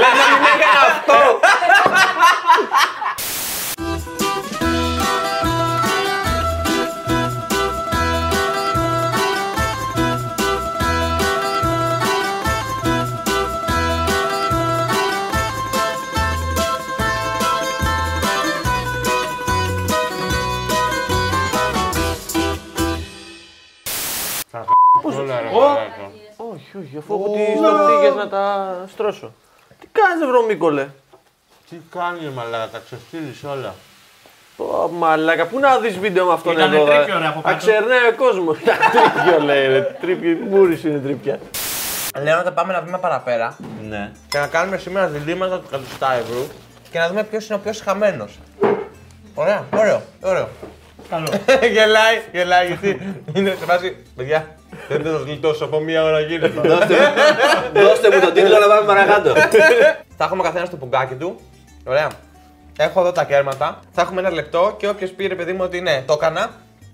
Λες να μην έκανα αυτό. Όλα, ρε, μαλάκα. Όχι, όχι, αφού έχω τι στοπτίγες να τα στρώσω. Τι κάνεις βρω Μίκολε. Τι κάνει μαλάκα, τα ξεφτύλεις όλα. Ω, μαλάκα, πού να δεις βίντεο με αυτόν Ήτανε εδώ. ε. τρίπιο, ρε, από κάτω. Αξερνάει ο κόσμος. Τα τρίπιο λέει, ρε. Τρίπιο, μπούρις είναι τρίπια. Λέω να τα πάμε ένα βήμα παραπέρα Ναι. Και να κάνουμε σήμερα διλήμματα του κατουστά ευρώ. και να δούμε ποιος είναι ο πιο χαμένο. Ωραία, ωραίο, ωραίο. Καλό. γελάει, γελάει, γιατί είναι σε φάση. Παιδιά, δεν θα σα γλιτώσω από μία ώρα γίνεται. Δώστε μου τον τίτλο να πάμε παρακάτω. θα έχουμε καθένας το πουγκάκι του. Ωραία. Έχω εδώ τα κέρματα. Θα έχουμε ένα λεπτό και όποιος πει ρε παιδί μου ότι ναι, το έκανα,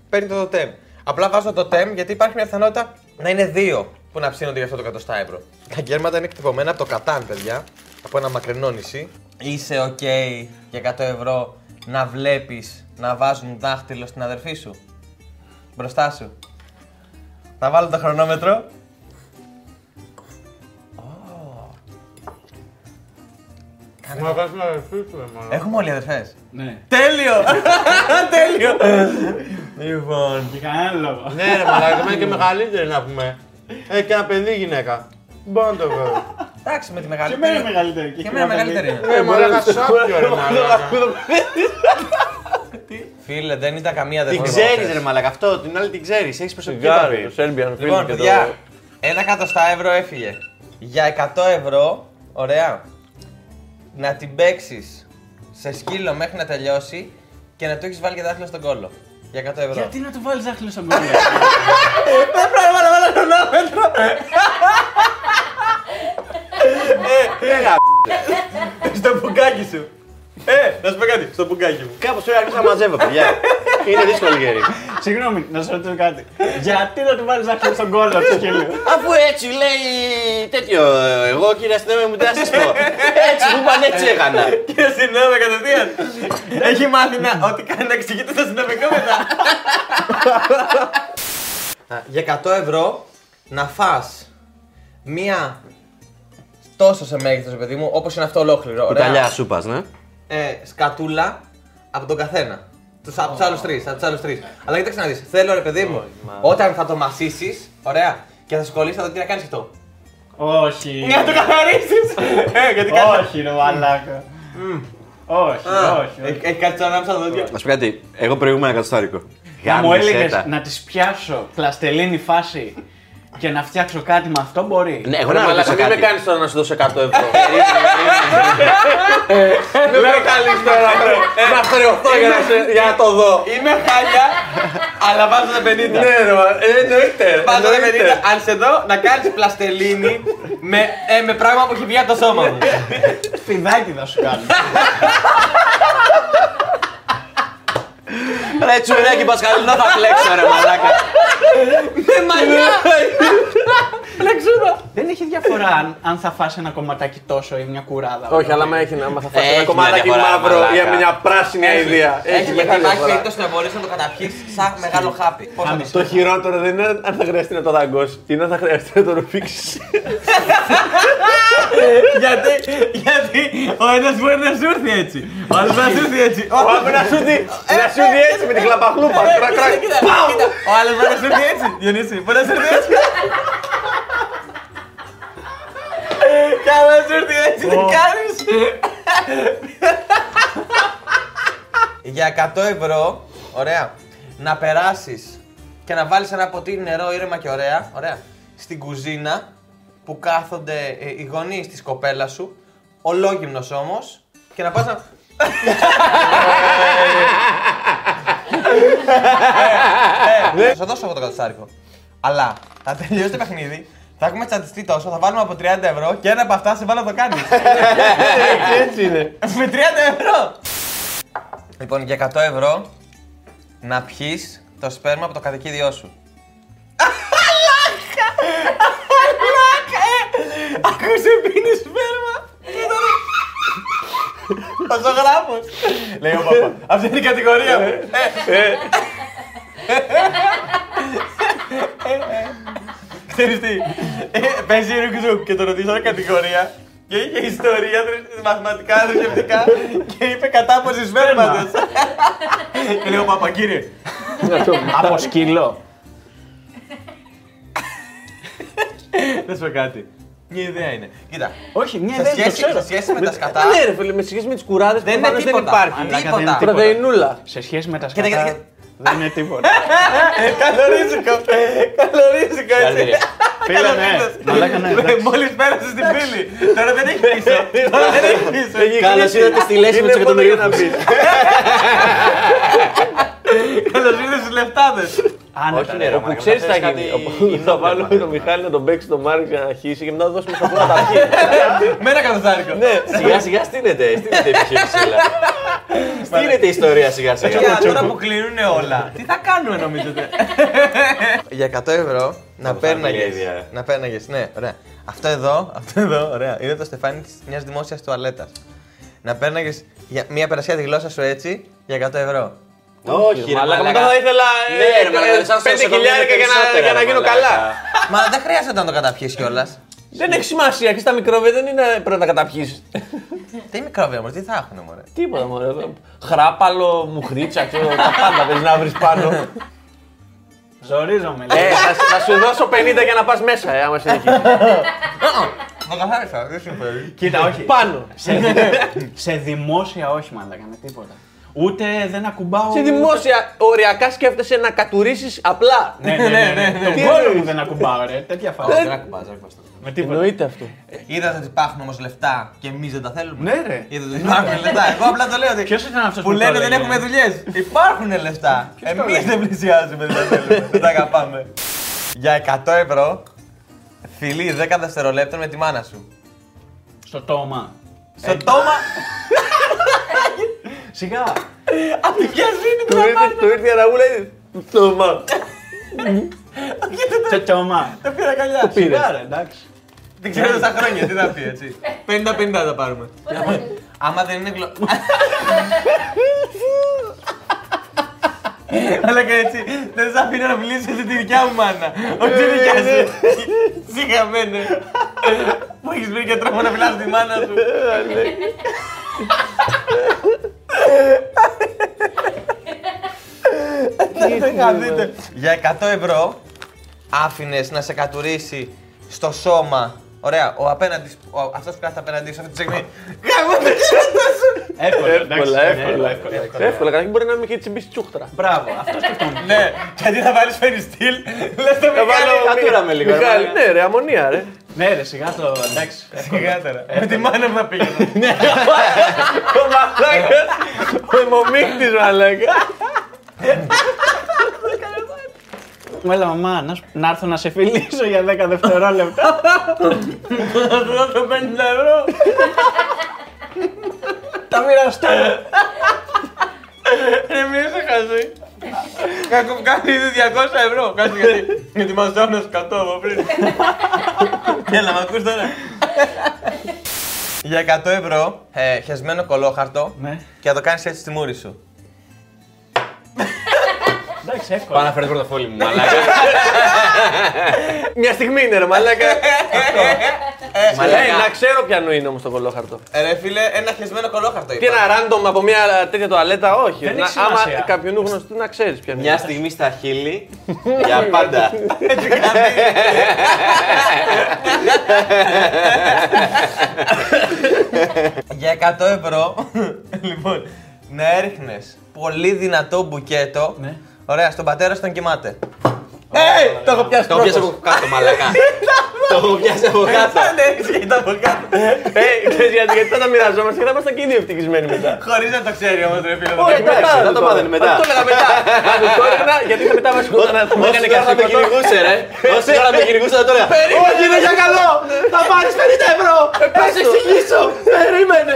παίρνει το τοτέμ. Απλά βάζω το τοτέμ γιατί υπάρχει μια πιθανότητα να είναι δύο που να ψήνονται για αυτό το εκατοστά ευρώ. Τα κέρματα είναι εκτυπωμένα από το Κατάν, παιδιά. Από ένα μακρινό νησί. Είσαι οκ για 100 ευρώ να βλέπεις να βάζουν δάχτυλο στην αδερφή σου. Μπροστά σου. Θα βάλω το χρονόμετρο. Μου έκανε να ρεφίσου, ρε μαλάκα. Έχουμε όλοι αδερφές. Ναι. Τέλειο! Τέλειο! λοιπόν. Για κανέναν λόγο. Ναι, ρε μαλάκα, εμένα και μεγαλύτερη να πούμε. Έχει Ε, και ένα παιδί γυναίκα. Μπορώ να το βγάλω. Εντάξει με τη Και μεγαλύτερη. εμένα είναι μεγαλύτερη. Και εμένα μεγαλύτερη είναι. Ε, Ναι, μαλάκα, σάπιο ρε μαλάκα. Φίλε, δεν ήταν καμία Την αδερφή. ξέρεις, ρε μαλάκα, αυτό, την άλλη την ξέρεις. Έχεις προσωπική Γκάρι, ο επαφή. Σέρμπιαν φίλοι Λοιπόν, και το... παιδιά, ένα εκατοστά ευρώ έφυγε. Για 100 ευρώ, ωραία. Να την παίξεις σε σκύλο μέχρι να τελειώσει και να του έχεις βάλει και δάχτυλο στον κόλλο. Για 100 ευρώ. Γιατί να του βάλεις δάχτυλο στον κόλλο. Δεν πρέπει να βάλω χρονόμετρο. Ε, Στο πουγκάκι σου. Ε, να σου πω κάτι, στο πουγκάκι μου. Κάπως πρέπει να αρχίσω να μαζεύω, παιδιά. Είναι δύσκολο γέρι. Συγγνώμη, να σου ρωτήσω κάτι. Γιατί να του βάλεις δάχτυλο στον κόλλο του σκύλου. Αφού έτσι λέει τέτοιο, εγώ κύριε αστυνομία μου τι να σας πω. Έτσι μου είπαν έτσι έκανα. Κύριε Συνέδριο, κατευθείαν. Έχει μάθει να ό,τι κάνει να εξηγείται στο αστυνομικό μετά. Α, Για 100 ευρώ να φας μία τόσο σε μέγεθος, ρε παιδί μου, όπως είναι αυτό ολόκληρο. ωραία. Κουταλιά σούπας, ναι. ε, σκατούλα από τον καθένα. Τους, από τους άλλους τρεις. Από τους άλλους τρεις. Αλλά κοίταξε να δεις. Θέλω ρε παιδί μου, όταν θα το μασίσεις, ωραία, και θα σκολίσει, θα δω τι να κάνεις αυτό. Όχι. Για να το καθαρίσεις! ε, γιατί κάνει. Όχι, ρε μαλάκα. Όχι, όχι, όχι. Έχει Ε, κάτι σαν ανάμεσα τα δόντια. Να σου πω κάτι, εγώ προηγούμενα κατοστάρικο. Να μου Γάμισε έλεγες τα. να τη πιάσω πλαστελίνη φάση και να φτιάξω κάτι με αυτό μπορεί. Ναι, εγώ Ρε να ρωτήσω μαλάκα, μην με κάτι. κάνεις τώρα να σου δώσω 100 ευρώ. Λέω καλύτερα. Να χρεωθώ για να σε- για να το δω. Είμαι χάλια, αλλά βάζω τα 50. Ναι, Εννοείται. βάζω τα εννοείται. 50. Αν σε δω, να κάνει πλαστελίνη με, ε, με πράγμα που έχει βγει από το σώμα μου. Φιδάκι θα σου κάνω. Ρε τσουρέκι Πασχαλινό θα φλέξω ρε μαλάκα. Με Ναι, μαλλιά! Δεν έχει διαφορά αν, αν θα φας ένα κομματάκι τόσο ή μια κουράδα. Όχι, αλλά άμα έχει να άμα θα φάσει Έχει ένα μια κομμάτι διαφορά, μαύρο μαλάκα. για μια πράσινη Ναι, αηδία. Έχει γιατί μεγάλη υπάρχει διαφορά. περίπτωση να μπορείς να το καταπιείς σαν μεγάλο χάπι. Πώς θα το Το χειρότερο δεν είναι αν θα χρειαστεί να το δαγκώσει, είναι αν θα χρειαστεί να το ρουφήξεις. Γιατί, γιατί ο ένας μπορεί να σου έρθει έτσι. Ο άλλος μπορεί να σου έρθει έτσι. Ο Πάμε να σου δει, να σου δει έτσι με την κλαπαχλούπα. Κρακ, κρακ. άλλος μπορεί να σου έρθει έτσι. Διονύση, μπορεί να σου έρθει έτσι. Κι άμα Ε, σου έρθει έτσι, τι κάνεις. Για 100 ευρώ, ωραία, να περάσεις και να βάλεις ένα ποτήρι νερό ήρεμα και ωραία, ωραία, στην κουζίνα που κάθονται ε, οι γονείς της κοπέλας σου, ολόγυμνος όμως, και να πας να. Ε, Θα σου δώσω εγώ το κατοστάρικο. Αλλά θα τελειώσει το παιχνίδι, θα έχουμε τσαντιστεί τόσο, θα βάλουμε από 30 ευρώ και ένα από αυτά σε βάλω να το κάνεις. Έτσι είναι. Με 30 ευρώ! Λοιπόν, για 100 ευρώ να πιεις το σπέρμα από το κατοικίδιό σου. Αλάκα! Αλάκα! Ακούσε πίνεις σπέρμα! Παζογράφο. Λέει ο παπά. Αυτή είναι η κατηγορία μου. Ε, ε. Ξέρεις τι. Ε, Παίζει ρουκζουκ και το ρωτήσανε κατηγορία. Και είχε ιστορία, θρη- μαθηματικά, θρησκευτικά και είπε κατάποσης σφέρματος. Και λέει ο παπά, κύριε, Από σκύλο. να σου πω κάτι. Μια ιδέα είναι. Κοίτα, Όχι, μια σε ιδέα δεν το σχέση, σε ξέρω. σχέση με τα σκατά, Ναι, ρε φίλε, με σχέση με τις κουράδες που δεν είναι προφανώς δεν τίποτα. υπάρχει. Μαλάκα, δεν είναι Τίποτα. τίποτα. Πρωτεϊνούλα. Σε σχέση με τα Κοίτα, κοίτα, σκατά, δεν είναι τίποτα. Ε, Καλορίζικο. Καλορίζικο, έτσι. Φίλε, ναι. Μαλάκα, ναι, εντάξει. Μόλις Ε, πέρασε στην πύλη. Τώρα δεν έχει πίσω. Τώρα δεν έχει πίσω. Καλώς ήρθατε στη λέση με του εκατομμυρίου. Καλώ ήρθατε στου λεφτάδε. Άνετα, ρε. Όπου ξέρει θα γίνει. Όπου Θα βάλουμε τον Μιχάλη να τον παίξει τον Μάρκ για να χύσει και μετά θα δώσουμε στον πρώτο αρχή. Με ένα καθοστάρικο. Ναι, σιγά σιγά στείνεται. Στείνεται η επιχείρηση. αλλά. Στείνεται η ιστορία σιγά σιγά. Για τώρα που κλείνουν όλα. Τι θα κάνουμε νομίζετε. Για 100 ευρώ να Όπως τα πέρναγε. μαγαζιά, ρε. Να πέρναγε, ναι, ωραία. Αυτό εδώ, αυτό εδώ, ωραία. Είναι το στεφάνι της μιας δημόσιας τουαλέτας. Να πέρναγε μια περασιά τη γλώσσα σου έτσι για 100 ευρώ. Όχι, ρε Αλλά μαλάκα. μετά θα ήθελα ε, Ναι, ρε μαλάκα. Σαν πέντε χιλιάρικα για να- για να γίνω καλά. Μα δεν χρειάζεται να το καταπιείς κιόλας. Δεν έχει σημασία, και τα μικρόβια δεν είναι πρέπει να καταπιείς. Ε, Τι μικρόβια όμως, τι θα έχουν μωρέ. Τίποτα μωρέ. Χράπαλο, μουχρίτσα, ξέρω, τα πάντα θες να βρεις πάνω. Ζορίζομαι, λέει. Ε, θα, σ- θα σου δώσω 50 για να πας μέσα, ε, άμα συνεχίσεις. Μα καθάρισα, δεν συμφέρει. Κοίτα, όχι. Πάνω. Σε, δη- σε δημόσια όχι, μαλάκα, με τίποτα. Ούτε δεν ακουμπάω... Σε δημόσια, οριακά σκέφτεσαι να κατουρίσεις απλά. Ναι, ναι, ναι. ναι, ναι. Τον κόλλο μου δεν ακουμπάω, ρε. Τέτοια Ε, φάση. Με τίποτα. Εννοείται αυτό. Είδατε ότι υπάρχουν όμως λεφτά και εμείς δεν τα θέλουμε. Ναι, ρε. Είδατε ότι υπάρχουν λεφτά. Εγώ απλά το λέω ότι. Ποιος ήταν αυτός που που το λένε δεν έλεγε? έχουμε δουλειές. Υπάρχουν λεφτά. Εμεί δεν πλησιάζουμε, δεν τα θέλουμε. δεν τα αγαπάμε. Για 100 ευρώ, φιλί 10 δευτερολέπτων με τη μάνα σου. Στο τόμα. Ε, Στο τόμα. Σιγά. Απ' τη ποια ζήνη του Του να ήρθε- Του ήρθε η αναγούλα, είδε, «Θωμά». Στο τόμα. τα πήρα καλιά. πήρες. Σιγά, ρε, εντάξει. Την ξέρω στα χρόνια, τι θα πει έτσι. 50-50 θα πάρουμε. Άμα δεν είναι γλω... Αλλά και έτσι, δεν σ' αφήνω να μιλήσεις για τη δικιά μου μάνα. Όχι τη δικιά σου. Συγχαμένε. Που έχεις βρει και τρόπο να μιλάς στη μάνα σου. Ναι, Δεν χαθείτε. Για 100 ευρώ άφηνες να σε κατουρίσει στο σώμα. Ωραία, ο απέναντις, ο, αυτός που κάθεται απέναντί σου αυτή τη στιγμή. Γαμώ το κεφάλι σου! Εύκολα, εντάξει. Εύκολα, ναι, εύκολα. Εύκολα, καταρχήν μπορεί να μην και τσιμπήσει τσούχτρα. Μπράβο, αυτός σκεφτόμουν. Ναι, γιατί θα βάλεις φέρι στυλ, λες το Θα μεγάλο. βάλω κατούρα με λίγο, ρε, Μιχάλη, μαλάκα. ναι, ρε, αμμονία, ρε. Ναι, ρε, σιγά το. Εντάξει. Σιγάτερα. Με τη μάνα μου να πήγαινα. Ο μαλάκας, ο αιμομίχτης μαλάκα. Μου έλα, μαμά, να, σου- να έρθω να σε φιλήσω για 10 δευτερόλεπτα. Θα σου δώσω 50 ευρώ. Τα μοιραστώ. Ρε Ε, μη είσαι χαζή. Κακό που κάνει ήδη 200 ευρώ. Κάτσε γιατί. Γιατί μας δώνα σκατό από πριν. Έλα, μ' ακούς τώρα. Για 100 ευρώ, ε, χεσμένο κολόχαρτο Ναι. και να το κάνεις έτσι στη μούρη σου. Εντάξει, Πάω εύκολα. να φέρω το πορτοφόλι μου, μαλάκα. Μια στιγμή είναι, ρε, μαλάκα. Μαλάκα. Ε, Να ξέρω ποιανού είναι όμως το κολόχαρτο. Ε, ρε φίλε, ένα χεσμένο κολόχαρτο Τι είπα. ένα random από μια τέτοια τουαλέτα, όχι. Δεν Να- έχει σημασία. Άμα κάποιον γνωστού να ξέρεις ποια Μια είναι. στιγμή στα χείλη για πάντα. Για 100 ευρώ, λοιπόν, να έριχνες πολύ δυνατό μπουκέτο. Ναι. Ωραία, στον πατέρα σου τον κοιμάται. Ε, το έχω πιάσει Το πιάσα πρώτος. Ναι, από κάτω, μαλάκα. Το έχω πιάσει από κάτω. Κάτσε, έτσι και τα από κάτω. Ε, ξέρεις γιατί, γιατί θα τα μοιραζόμαστε και θα είμαστε και οι δύο ευτυχισμένοι μετά. Χωρίς να το ξέρει όμως ρε φίλε. Όχι, Ε, εντάξει, θα το μάθαινε μετά. Θα το έλεγα μετά. Θα του το έλεγα γιατί θα μετά μας σκοτώνα. Θα μου έκανε Όση και ώρα θα με αυτό. κυνηγούσε, ρε. Όση ώρα με κυνηγούσε, θα το έλεγα. Όχι, είναι για καλό. Θα πάρεις 50 ευρώ. Θα σε εξηγήσω. Περίμενε.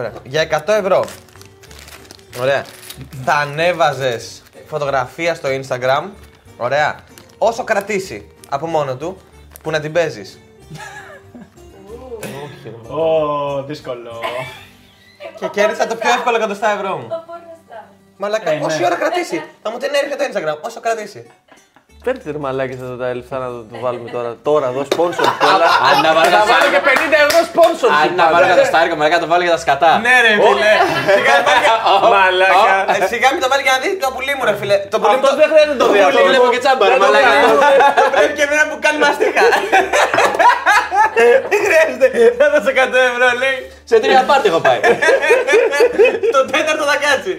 Ωραία. Για 100 ευρώ. Ωραία. Θα ανέβαζες φωτογραφία στο Instagram. Ωραία. Όσο κρατήσει από μόνο του που να την παίζεις. Ω, δύσκολο. Και κέρδισα το πιο εύκολο 100 ευρώ μου. Το πόρνο Μαλάκα, Ε, ναι. όση ώρα κρατήσει. Θα μου την έρχεται το Instagram, όσο κρατήσει. Παίρνετε ρε μαλάκες εδώ τα έλφα να το, το βάλουμε τώρα. Τώρα εδώ sponsor κιόλα. Αν να βάλω Θα βάλω και 50 ευρώ sponsor. Αν να βάλω κατοστάρικα, μαλάκα το βάλω για τα σκατά. Ναι, ρε, φίλε. Σιγά, μην τα βάλει Μαλάκα. για- Ε, Σιγά μην το βάλει για να δει το πουλί μου, ρε φίλε. Το πουλί μου το Αυτό δεν χρειάζεται να το Το διαβάσω. βλέπω και τσάμπα, ρε μαλάκα. το πρέπει και εμένα που κάνει μαστίχα. Δεν Ε, χρειάζεται. Θα δώσω 100 ευρώ, λέει. Σε τρία πάρτι έχω πάει. Το τέταρτο θα κάτσει.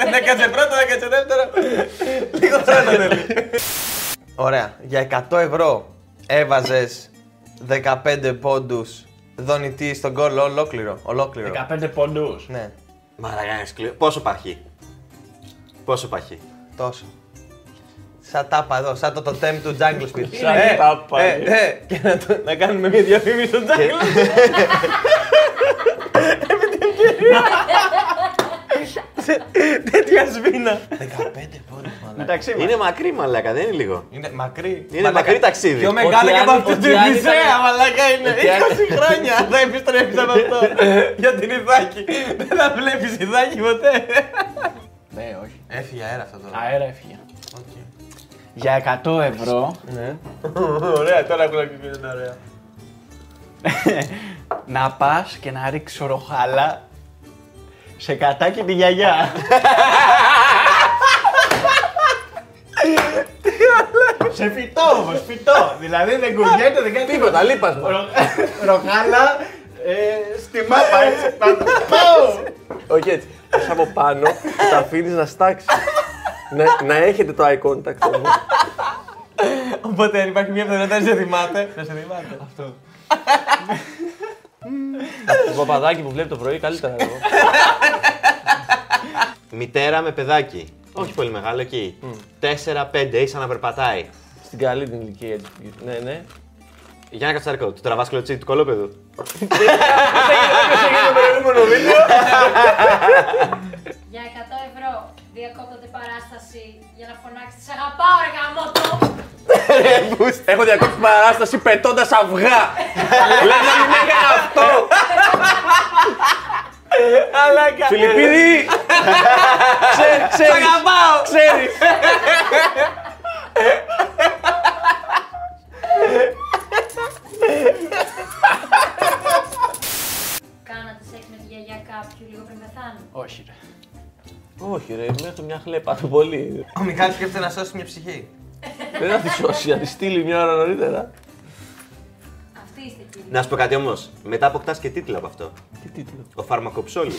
Δεν έκατσε πρώτο, δεν έκατσε δεύτερο. Λίγο χρόνο θέλει. Ωραία. Για 100 ευρώ έβαζες 15 πόντους δονητή στον κόλλο ολόκληρο. Ολόκληρο. 15 πόντους. Ναι, Μαλάκα είναι σκληρό. Πόσο παχύ. Πόσο παχύ. τόσο. Σαν τάπα εδώ, σαν το τοτέμ του Jungle Speed. Σαν Ε, τάπα, ε, ε. ε, Και να το- να κάνουμε μια διαφήμιση στο Jungle. Τέτοια σβήνα. 15 πόντου, μάλλον. Μεταξύ μας. Είναι μακρύ, μαλάκα, δεν είναι λίγο. Είναι μακρύ. Είναι μακρύ ταξίδι. Πιο μεγάλο Ότι και από αν- αυτή ότι τη αν Οδυσσέα, ήταν- μαλάκα είναι. 20 χρόνια θα επιστρέψει από αυτό. Για την Ιθάκη. Δεν θα βλέπεις Ιθάκη ποτέ. Ναι, όχι. Έφυγε αέρα αυτό τώρα. Αέρα έφυγε. Για 100 ευρώ Ωραία, τώρα έχω να είναι ωραία. να πας και να ρίξω ροχάλα σε κατάκι τη γιαγιά. σε φυτό όμως, φυτό. δηλαδή δεν κουνιέται, δεν κάνει Τίποτα, λείπασμα. Ρο- Ροχάλα ε, στη μάπα έτσι πάνω. Πάω! Όχι έτσι. Πας από πάνω, τα αφήνεις να στάξει. να, να έχετε το eye contact. όμως. Οπότε αν υπάρχει μια πιθανότητα να σε θυμάται. Να σε θυμάται. Αυτό. το παπαδάκι που βλέπει το πρωί καλύτερα εγώ. Μητέρα με παιδάκι. Όχι πολύ μεγάλο εκεί. 4-5 ίσα να περπατάει. Στην καλή την ηλικία. Ναι, ναι. Για ένα κατσαρικό. Του τραβά κλωτσί του κολόπεδου. Για 100 ευρώ διακόπτεται η παράσταση για να φωνάξει «Σ' αγαπάω ρε γαμότο». Έχω διακόψει παράσταση πετώντας αυγά. Λες να μην έκανε αυτό. Αλάκα. Φιλιππίδη. Ξέ- Ξέρεις. Ξέρεις. Κάνατε σεξ με τη γιαγιά κάποιου λίγο πριν πεθάνει. Όχι ρε. Όχι ρε, μέχρι μια χλέπα το πολύ. Ο Μιχάλης σκέφτεται να σώσει μια ψυχή. Δεν θα τη σώσει, θα τη στείλει μια ώρα νωρίτερα. Αυτή είστε κύριε. Να σου πω κάτι όμως. Μετά αποκτάς και τίτλο από αυτό. Τι τίτλο. Ο φαρμακοψόλης.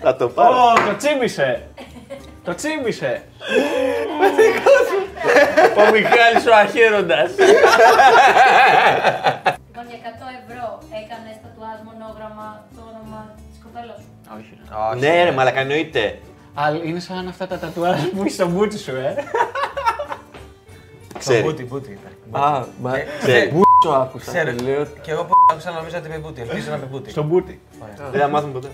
Θα το πάρω. Ω, το τσίμπησε. Το τσίμπησε. Ο Μιχάλης ο αχαίροντας. Λοιπόν, για 100 ευρώ έκανες τατουάζ μονόγραμμα το όνομα της κοπέλας σου. Όχι ρε. Ναι, ρε, μαλακά εννοείται. Αλλά είναι σαν αυτά τα τατουάζ που είσαι στο μπούτι σου, ε. Ξέρει. Μπούτι, μπούτι. ήταν. Α, μα. Ε, Ξέρει. Το άκουσα. Ξέρω. και Λέω Και εγώ που άκουσα νομίζω ότι είπε μπούτι. Ελπίζω να πει μπούτι. Στο μπούτι. Δεν θα μάθουμε ποτέ.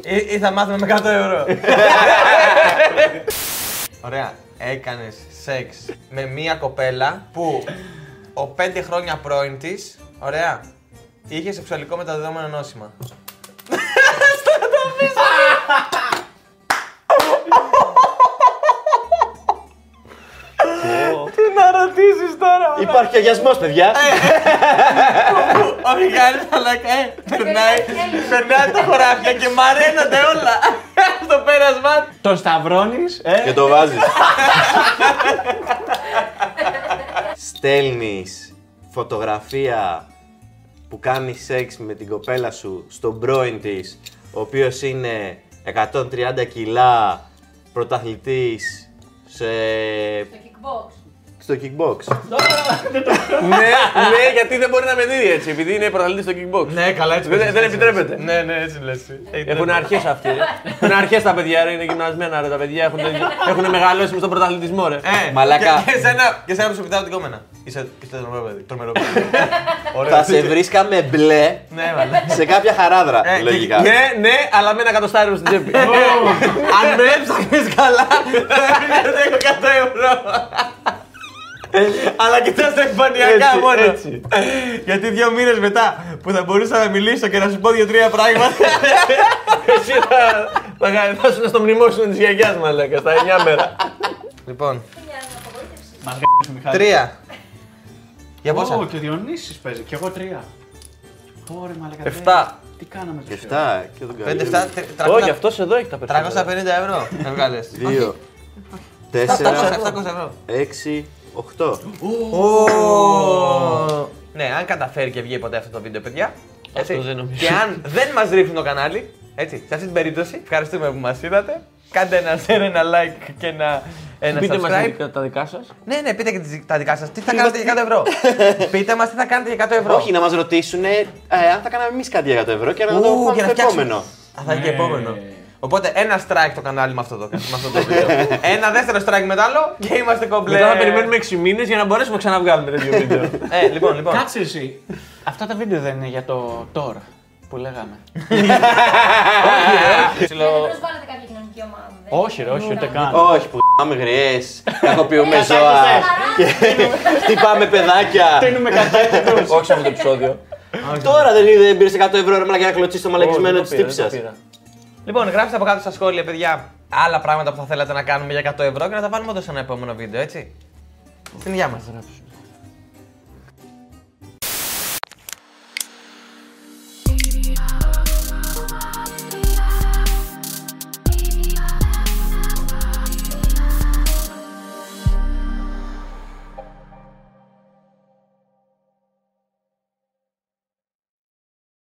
Ή, ή θα μάθουμε με 100 ευρώ. Ωραία. Έκανες σεξ με μία κοπέλα που ο πέντε χρόνια πρώην της, ωραία, είχε σεξουαλικό μεταδεδομένο νόσημα. Υπάρχει αγιασμός, παιδιά. Ε. Ο Μιχάλης αλλά ε, περνάει, περνάει τα χωράφια και μαραίνονται όλα στο πέρασμά του. Το σταυρώνεις, ε. Και το βάζει. Στέλνει φωτογραφία που κάνει σεξ με την κοπέλα σου στον πρώην τη, ο οποίο είναι 130 κιλά πρωταθλητή σε... Το kickbox. στο kickbox. Ε. ναι, ναι, γιατί δεν μπορεί να με δει έτσι, επειδή είναι πρωταθλητή στο kickbox. Ναι, καλά έτσι. Δεν- λες, δεν έτσι επιτρέπεται. λες. Ναι, ναι, έτσι λες. Έχουν αρχές αυτοί. ρε. Έχουν αρχές τα παιδιά, ρε. είναι γυμνασμένα ρε. Τα παιδιά έχουν, έχουν μεγαλώσει με στον πρωταθλητισμό. Ρε. Ε, Μαλάκα. Και, και σένα, και σένα που σου πετάω την κόμενα. Είσαι και τρομερό παιδί. Τρομερό παιδί. Ωραίο. Θα σε βρίσκα με μπλε Ναι, μαλάκα. σε κάποια χαράδρα, Ε, λογικά. ναι, ναι, αλλά με ένα κατοστάρι μου στην τσέπη. Αν με έψαχνες καλά, θα έπαιρνες 100 ευρώ. Αλλά κοιτά τα εμφανιακά Έτσι, μόνο. έτσι. Γιατί δύο μήνες μετά που θα μπορούσα να μιλήσω και να σου πω δύο-τρία πράγματα. Εσύ θα, θα, χα- θα σου στο μνημόσυνο της γιαγιάς μαλάκα στα 9 μέρα. λοιπόν, Μια απογοήτευση. Μα γράφει ο Μιχάλης. τρία. Για Ω, πόσα. και ο Διονύσης παίζει. Και εγώ τρία. Ωρε μαλακά. Εφτά. Τι κάναμε Και τόσο. 7 και τον Πέντε, καλή. εφτά, Όχι, τρα- αυτός εδώ έχει τα 350 περισσότερα. ευρώ. Έβγαλες. 2, 4, 700 ευρώ. 6, 8. Ω. Ναι, αν καταφέρει και βγει ποτέ αυτό το βίντεο, παιδιά. Αυτό δεν νομίζω. Και αν δεν μας ρίχνουν το κανάλι, έτσι, σε αυτή την περίπτωση, ευχαριστούμε που μας είδατε. Κάντε ένα share, ένα like και ένα, ένα Πείτε μας subscribe. τα δικά σας. Ναι, ναι, πείτε και τις- τα δικά σας. Τι θα κάνετε για 100 ευρώ. πείτε μας τι θα κάνετε για 100 ευρώ. Όχι, να μας ρωτήσουν αν θα κάναμε εμείς κάτι για 100 ευρώ και να το Ου, πάμε για στο να φτιάξουμε. επόμενο. Α, θα είναι και επόμενο. Οπότε ένα strike το κανάλι με αυτό το, με αυτό το βίντεο. ένα δεύτερο strike με το άλλο και είμαστε κομπλέ. Μετά θα περιμένουμε 6 μήνες για να μπορέσουμε να ξαναβγάλουμε τέτοιο βίντεο. Ε, λοιπόν, λοιπόν. Κάτσε εσύ. Αυτά τα βίντεο δεν είναι για το τώρα που λέγαμε. Ε, Δεν προσβάλλετε κάποια κοινωνική ομάδα. δεν Όχι, είναι. Ε, ρε, όχι, ούτε Ναι. καν. Όχι, που γάμε γριές, κακοποιούμε Κατά ζώα, της χτυπάμε παιδάκια. Τίνουμε κατά τους. Όχι σε αυτό το επεισόδιο. Τώρα δεν είδε, δεν πήρε 100 ευρώ ρε μαλάκα, για να κλωτσίσει το μαλακισμένο Όχι, της δεν το τύψη πήρα, σα. δεν το πήρα. Λοιπόν, γράψτε από κάτω στα σχόλια, παιδιά, άλλα πράγματα που θα θέλατε να κάνουμε για 100 ευρώ και να τα βάλουμε όντω σε ένα επόμενο βίντεο, έτσι. Στην υγεία μας.